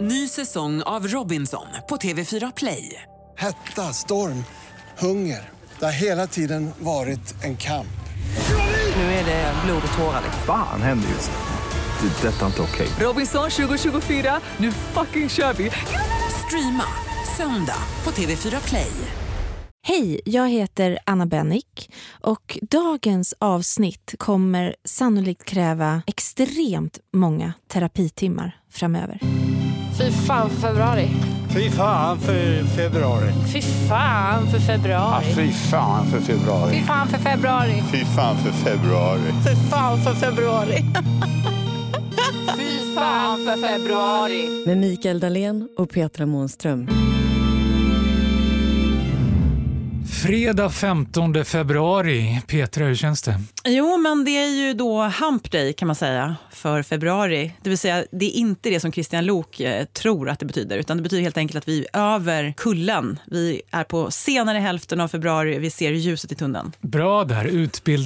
Ny säsong av Robinson på TV4 Play. Hetta, storm, hunger. Det har hela tiden varit en kamp. Nu är det blod och tårar. liksom. Fan händer just nu. Det. är Detta är inte okej. Robinson 2024, nu fucking kör vi! Streama söndag på TV4 Play. Hej, jag heter Anna Bennick och dagens avsnitt kommer sannolikt kräva extremt många terapitimmar framöver. Fy fan för februari. Fy fan för februari. Fy fan för februari. Fy fan för februari. Fy fan för februari. Fy fan för februari. Fy fan för februari. Fy fan för februari. med Mikael Dahlén och Petra Månström. Fredag 15 februari. Petra, hur känns det? Jo, men det är ju då hump day kan man säga för februari. Det vill säga, det är inte det som Christian Lok eh, tror att det betyder, utan det betyder helt enkelt att vi är över kullen. Vi är på senare hälften av februari, vi ser ljuset i tunneln. Bra där.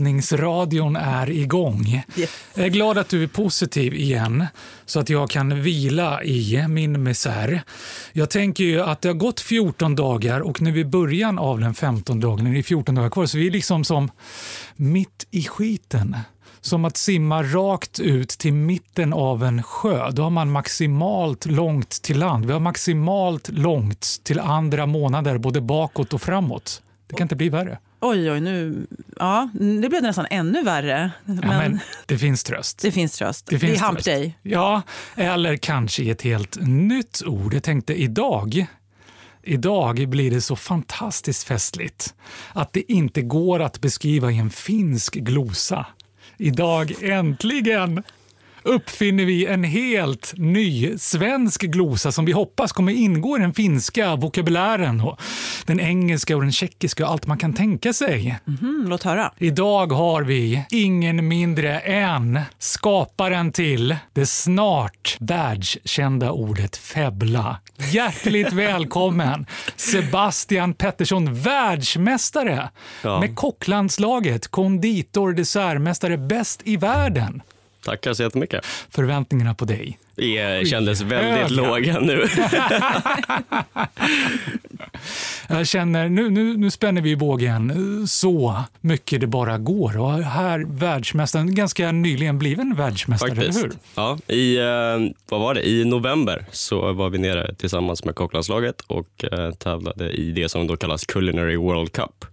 Utbildningsradion är igång. Yes. Jag är glad att du är positiv igen, så att jag kan vila i min misär. Jag tänker ju att det har gått 14 dagar och nu i början av den 15 dagen, det är 14 dagar kvar, så vi är liksom som mitt i skiten. Som att simma rakt ut till mitten av en sjö. Då har man maximalt långt till land. Vi har maximalt långt till andra månader, både bakåt och framåt. Det kan inte bli värre. Oj, oj, nu... Ja, det blev nästan ännu värre. Men, Ja, men det finns tröst. det finns tröst. Det finns är hump tröst. day. Ja, eller kanske ett helt nytt ord. Jag tänkte idag, idag blir det så fantastiskt festligt att det inte går att beskriva i en finsk glosa. Idag äntligen uppfinner vi en helt ny svensk glosa som vi hoppas kommer ingå i den finska vokabulären och den engelska och den tjeckiska och allt man kan tänka sig. Mm, låt höra. Idag har vi ingen mindre än skaparen till det snart världskända ordet febbla. Hjärtligt välkommen Sebastian Pettersson, världsmästare med kocklandslaget, konditor, dessertmästare, bäst i världen. Tackar så jättemycket. Förväntningarna på dig. Det eh, kändes väldigt Höga. låga nu. Jag känner, nu, nu, nu spänner vi bågen eh, så mycket det bara går. Och här världsmästaren, ganska nyligen bliven världsmästare, Faktiskt. eller hur? Ja, i, eh, vad var det? I november så var vi nere tillsammans med kocklandslaget och eh, tävlade i det som då kallas Culinary World Cup.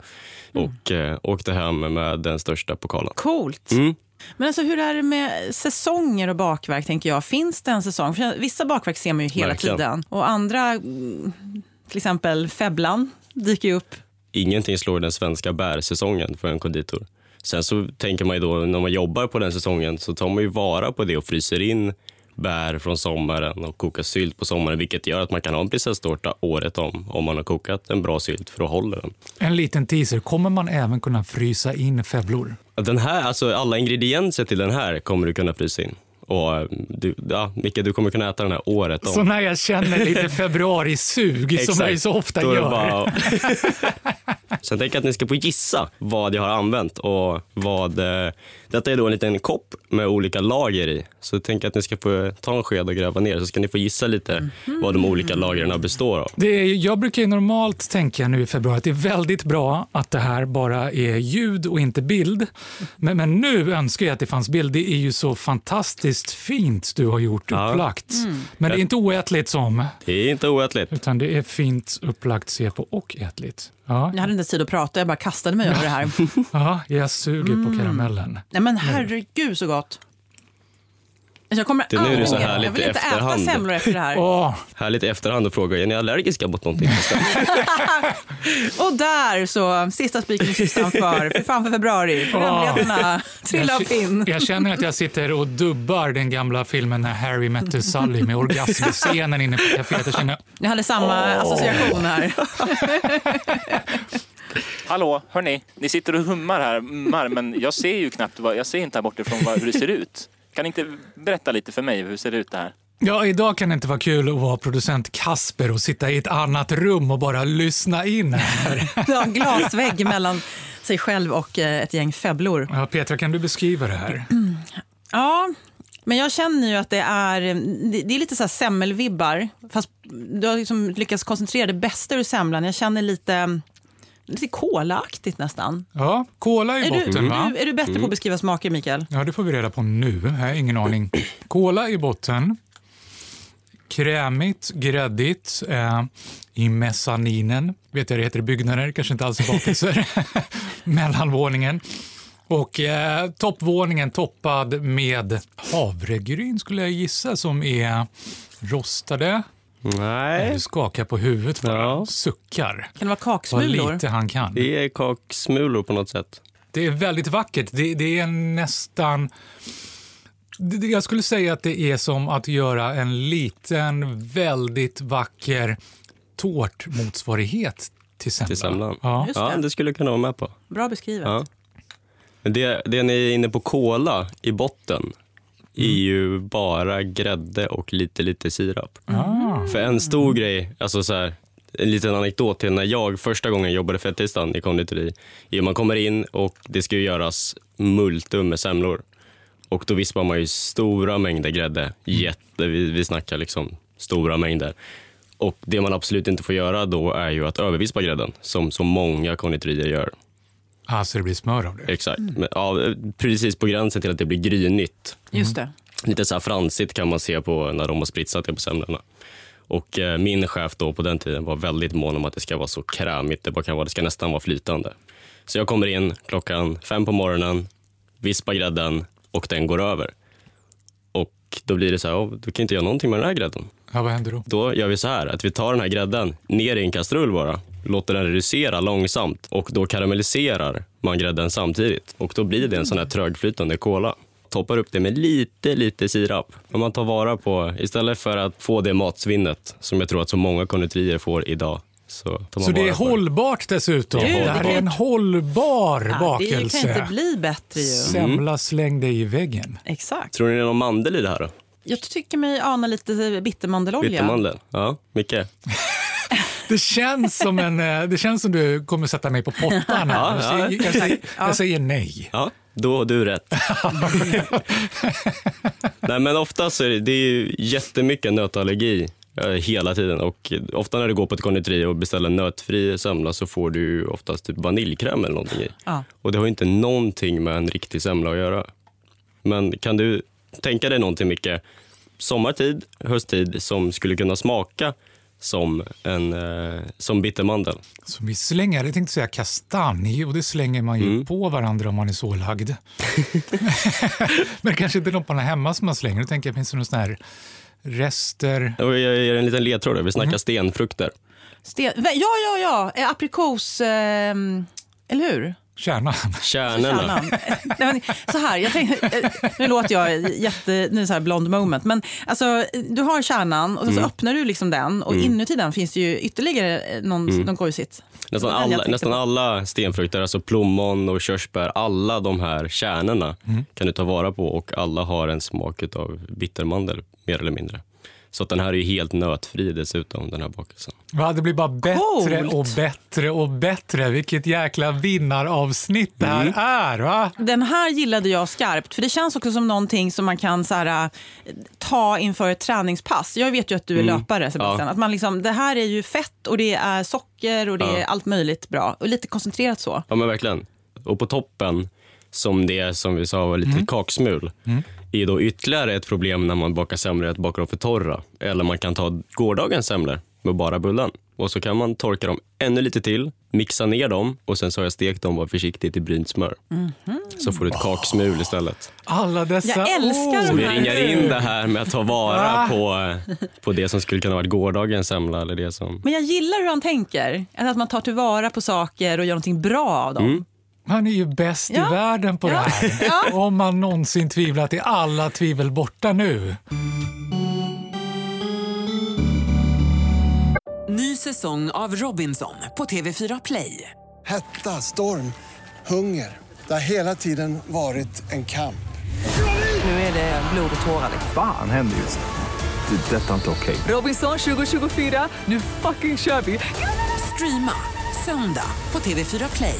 Och eh, åkte hem med den största pokalen. Coolt. Mm. Men alltså, hur är det med säsonger och bakverk? tänker jag? Finns det en säsong? För vissa bakverk ser man ju hela Verkligen. tiden. Och andra, mm, till exempel febblan, dyker ju upp. Ingenting slår den svenska bärsäsongen för en konditor. Sen så tänker man ju då, när man jobbar på den säsongen så tar man ju vara på det och fryser in bär från sommaren och kokar sylt på sommaren, vilket gör att man kan ha en prinsesstårta året om, om man har kokat en bra sylt, för då håller den. En liten teaser. Kommer man även kunna frysa in febblor? Den här, alltså alla ingredienser till den här kommer du kunna frysa in. Och eh, du, ja, Micke, du kommer kunna äta den här året om. Så när jag känner lite februarisug, som jag ju så ofta Då är det gör. bara- Sen tänker jag att ni ska få gissa vad jag har använt. Och vad, eh, detta är då en liten kopp med olika lager i. Så jag tänker att ni ska få ta en sked och gräva ner så ska ni få gissa lite vad de olika lagren består av. Det är, jag brukar ju normalt tänka nu i februari att det är väldigt bra att det här bara är ljud och inte bild. Men, men nu önskar jag att det fanns bild. Det är ju så fantastiskt fint du har gjort Ja. upplagt. Men det är inte oätligt som, Det är inte oätligt. utan det är fint upplagt, se på och ätligt. Ja, Jag hade inte ens tid att prata, jag bara kastade mig över det här. ja jag suger på karamellen. Nej men herregud så gott. Alltså, Jag kommer Det är nu det är aldrig så mer- härligt Jag vill i inte äta efterhand. semlor efter det här. och, Åh, Härligt i efterhand att fråga, är ni allergiska mot någonting? där så, sista spiken i kistan för, för fan för februari. Programledarna trillar av jag, pinn. jag känner att jag sitter och dubbar den gamla filmen när Harry mötte Sally med orgasmscenen inne på kaféet. Jag känner, Jag hade samma association här. Hallå, hörni, ni sitter och hummar här, ummar, men jag ser ju knappt, vad, jag ser inte här bortifrån vad, hur det ser ut. Kan ni inte berätta lite för mig hur ser det ut det här? Ja, idag kan det inte vara kul att vara producent Kasper och sitta i ett annat rum och bara lyssna in. här. Det var en glasvägg mellan sig själv och eh, ett gäng febblor. Ja, Petra, kan du beskriva det här? Ja, Men jag känner ju att det är, det- det är lite så här semmelvibbar. Fast du har liksom lyckats koncentrera det bästa ur semlan. Jag känner lite, lite kolaaktigt nästan. Ja, cola i Är du, botten va? du, är du bättre på att beskriva smaker, Mikael? Ja, det får vi reda på nu. Jag har ingen aning. Cola i botten. Krämigt, gräddigt. Eh, I mezzaninen. Vet jag det heter i byggnader, kanske inte alls i bakelser. Mellanvåningen. Och eh, toppvåningen toppad med havregryn skulle jag gissa som är rostade. Nej. Du skakar på huvudet bara. Suckar. Kan det vara Vad kaksmulor? lite han kan. Det är kaksmulor på något sätt. Det är väldigt vackert. Det, det är nästan... det- det- Jag skulle säga att det är som att göra en liten, väldigt vacker tårtmotsvarighet till semlan. Till semlan. Ja. Just Ja, det. det skulle jag kunna vara med på. Bra beskrivet. Ja. Men det, det ni är inne på kola i botten Mm. är ju bara grädde och lite, lite sirap. För en stor grej, alltså så här, en liten anekdot till när jag första gången jobbade fettistan i konditori. är att Man kommer in och det ska ju göras multum med semlor. Och då vispar man ju stora mängder grädde. Jätte, vi, vi snackar liksom stora mängder. Och det man absolut inte får göra då är ju att övervispa grädden, som så många konditorier gör. Ah, så det blir smör av det. Exakt. Men, ja, precis på gränsen till att det blir grynigt. Just det. Lite så här fransigt kan man se på när de har spritsat det på semlorna. Och eh, min chef då på den tiden var väldigt mån om att det ska vara så krämigt det bara kan vara. Det ska nästan vara flytande. Så jag kommer in klockan fem på morgonen, vispar grädden och den går över. Och då blir det så här, "Åh, du kan inte göra någonting med den här grädden. Ja, vad händer då? Då gör vi så här att vi tar den här grädden ner i en kastrull bara, låter den reducera långsamt och då karamelliserar man grädden samtidigt och då blir det en sån här trögflytande kola. Toppar upp det med lite, lite sirap. Om man tar vara på, istället för att få det matsvinnet som jag tror att så många konditorier får idag, så tar man Så det är vara på hållbart dessutom. Det är Det här är en Ja, hållbar det kan bakelse. inte bli bättre ju. Semla slängde i väggen. Exakt. Tror ni det är någon mandel i det här då? Jag tycker mig ana lite bittermandelolja. Bittermandeln? Ja, Micke? Det känns, som en, eh, det känns som du kommer sätta mig på pottan. här. Ja, Jag ja. säger, jag säger, jag säger nej. Ja, då har du rätt. Nej, men oftast så är det, det är ju jättemycket nötallergi eh, hela tiden. Och ofta när du går på ett konditori och beställer en nötfri semla så får du ju oftast typ vaniljkräm eller någonting i. Ja. Och det har ju inte någonting med en riktig semla att göra. Men kan du tänka dig någonting mycket sommartid, hösttid som skulle kunna smaka som, en, eh, som bittermandel? Som vi slänger, jag tänkte säga kastanj, och det slänger man ju på varandra om man är så lagd. Men kanske inte lopparna hemma som man slänger. Då tänker jag, finns det någon sån här rester? Och Jag ger en liten ledtråd. där. Vi snackar stenfrukter. Sten... Vä- Ja, ja, ja. Eh, Aprikos... ehm, Eller hur? Kärnan. Kärnorna. Annan. Nej, men, så här, jag tänkte, eh, nu låter jag jätte, nu är det så här blond moment, men alltså, eh, du har kärnan och så, Mm. så öppnar du liksom den och inuti den finns det ju ytterligare eh, någon, Mm. någon gojsigt. Nästan Det var den jag alla, tänkte nästan på. alla stenfrukter, alltså plommon och körsbär, alla de här kärnorna kan du ta vara på och alla har en smak av bittermandel, mer eller mindre. Så att den här är ju helt nötfri dessutom, den här bakelsen. Va, det blir bara bättre Coolt. och bättre och bättre. Vilket jäkla vinnaravsnitt det här är. Va? Den här gillade jag skarpt, för det känns också som någonting som man kan så här, eh, ta inför ett träningspass. Jag vet ju att du är löpare Sebastian. Mm. Ja. Att man liksom, det här är ju fett och det är socker och det Ja. är allt möjligt bra. Och lite koncentrerat så. Ja men verkligen. Och på toppen, som det är, som vi sa var Mm. lite kaksmul, är då ytterligare ett problem när man bakar semlor, att baka dem för torra. Eller man kan ta gårdagens semlor med bara bullen. Och så kan man torka dem ännu lite till, mixa ner dem och sen så har jag stekt dem, var försiktigt, i brynt smör. Så får du ett kaksmul istället. Alla dessa Jag älskar ord. Så vi de här- ringar in det här med att ta Ah. vara på, på det som skulle kunna vara gårdagens semla eller det som... Men jag gillar hur han tänker. Att man tar tillvara på saker och gör någonting bra av dem. Han är ju bäst Ja. i världen på Ja. det här. Om man någonsin tvivlat är alla tvivel borta nu. Ny säsong av Robinson på TV4 Play. Hetta, storm, hunger. Det har hela tiden varit en kamp. Nu är det blod och tårar. liksom. Fan händer just det. Det är detta inte okej. Robinson 2024, nu fucking kör vi! Streama söndag på TV4 Play.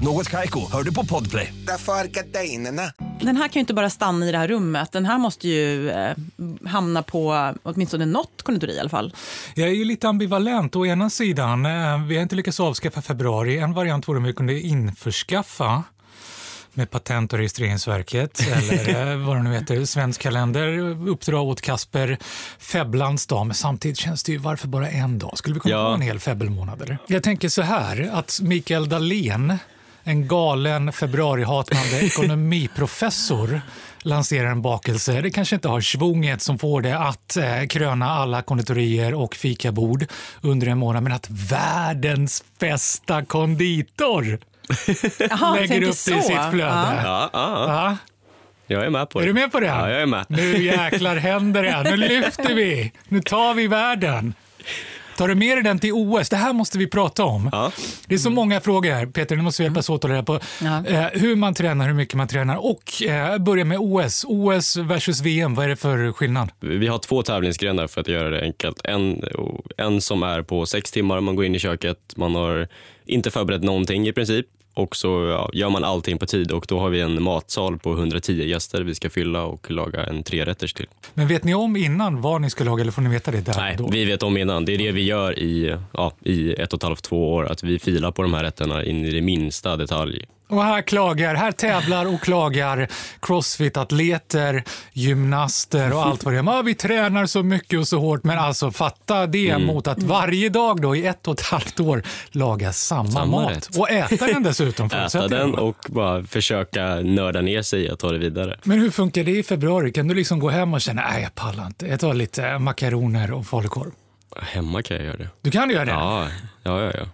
Något Kaiko, hör du på podplay. Därför är gardinerna. Den här kan ju inte bara stanna i det här rummet. Den här måste ju eh, hamna på åtminstone något konditori i alla fall. Jag är ju lite ambivalent. Å ena sidan, eh, vi har inte lyckats avskaffa februari. En variant vore om vi kunde införskaffa med Patent och registreringsverket eller eh, vad det nu heter, Svensk kalender, uppdra åt Kasper Febblans dag. Men samtidigt känns det ju, varför bara en dag? Skulle vi kunna Ja. ha en hel febbelmånad? Eller? Jag tänker så här, att Mikael Dahlén, en galen februarihatande ekonomiprofessor, lanserar en bakelse. Det kanske inte har svunget som får det att eh, kröna alla konditorier och fikabord under en månad, men att världens bästa konditor Jaha, lägger tänker upp det i så. sitt flöde. Ja. Ja, ja, ja. Jag är med på Är det. du med på det? Ja, jag är med. Nu jäklar händer det. Nu lyfter vi. Nu tar vi världen. Tar du med dig den till OS? Det här måste vi prata om. Det är så många frågor här. Peter, nu måste vi hjälpas åt att hålla reda på eh, hur man tränar, hur mycket man tränar och eh, börja med OS. OS versus VM, vad är det för skillnad? Vi har två tävlingsgrenar för att göra det enkelt. En, en som är på sex timmar, man går in i köket, man har inte förberett någonting i princip och så ja, gör man allting på tid och då har vi en matsal på 110 gäster vi ska fylla och laga en trerätters till. Men vet ni om innan vad ni ska laga eller får ni veta det där? Nej, vi vet om innan. Det är det vi gör i, ja, i ett och ett halvt, två år, att vi filar på de här rätterna in i det minsta detalj. Och här klagar, här tävlar och klagar crossfit-atleter, gymnaster och allt vad det är. Ja, vi tränar så mycket och så hårt, men alltså fatta det Mm. mot att varje dag då i ett och ett halvt år laga samma, mat rätt. och äta den dessutom. Äta förutsätter jag. den och bara försöka nörda ner sig och ta det vidare. Men hur funkar det i februari? Kan du liksom gå hem och känna, nej jag pallar inte, jag tar lite eh, makaroner och falukorv. Hemma kan jag göra det. Du kan göra det? Ja, ja, ja. ja.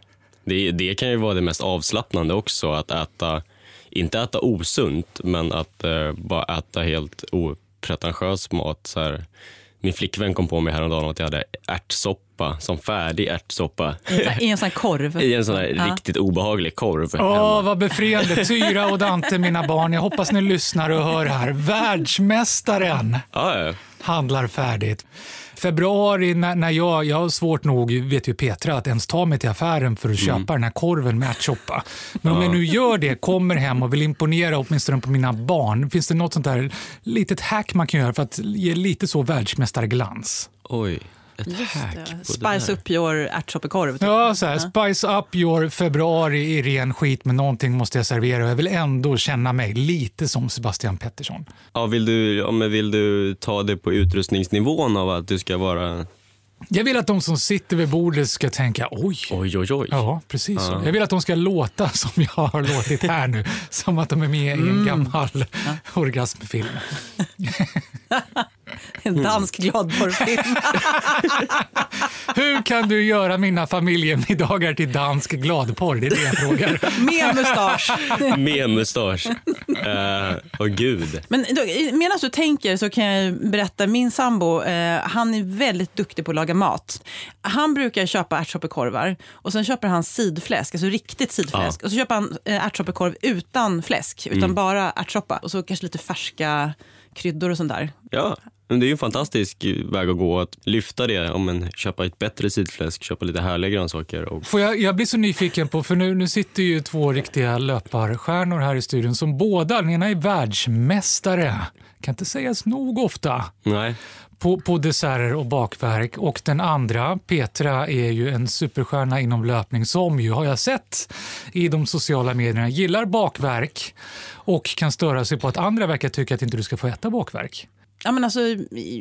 Det, det kan ju vara det mest avslappnande också, att äta, inte äta osunt, men att eh, bara äta helt opretentiös mat. Så här. Min flickvän kom på mig häromdagen att jag hade ärtsoppa, som färdig ärtsoppa. I en sån- I en sån här korv. I en sån här Ja. riktigt obehaglig korv. Åh, vad befriande. Tyra och Dante, mina barn. Jag hoppas ni lyssnar och hör här. Världsmästaren Ja, ja. handlar färdigt. Februari, när, när jag, jag har svårt nog, vet ju Petra, att ens ta mig till affären för att köpa den här korven med ärtsoppa. Men om Ja. jag nu gör det, kommer hem och vill imponera åtminstone på mina barn, finns det något sånt där litet hack man kan göra för att ge lite så världsmästarglans? Oj, ett Just det. där. Spice up your ärtsoppekorv. typ. Ja, så här, spice up your februari i ren skit, men någonting måste jag servera och jag vill ändå känna mig lite som Sebastian Pettersson. Ja, vill, du, ja, men vill du ta det på utrustningsnivån av att du ska vara... Jag vill att de som sitter vid bordet ska tänka oj. Oj, oj, oj. Ja, precis så. Ja. Jag vill att de ska låta som jag har låtit här nu, som att de är med i en Mm. gammal orgasmfilm. En dansk gladporrfilm. Hur kan du göra mina familjemiddagar till dansk gladporr? Det är det jag frågar. Med mustasch. Med mustasch. Eh, Åh gud. Men då, medan du tänker så kan jag ju berätta, min sambo, eh, han är väldigt duktig på att laga mat. Han brukar köpa ärtsoppekorvar och sen köper han sidfläsk, alltså riktigt sidfläsk. Ja. Och så köper han eh, ärtsoppekorv utan fläsk, utan Mm. bara ärtsoppa. Och så kanske lite färska kryddor och sånt där. Ja, men det är ju en fantastisk väg att gå, att lyfta det. Om en, köpa ett bättre sidfläsk, köpa lite härliga grönsaker. Och, Får jag, jag blir så nyfiken på, för nu, nu sitter ju två riktiga löparstjärnor här i studion som båda, den ena är världsmästare, kan inte sägas nog ofta, nej. på, på desserter och bakverk. Och den andra, Petra, är ju en superstjärna inom löpning som ju, har jag sett i de sociala medierna, gillar bakverk och kan störa sig på att andra verkar tycka att inte du ska få äta bakverk. Ja, men alltså,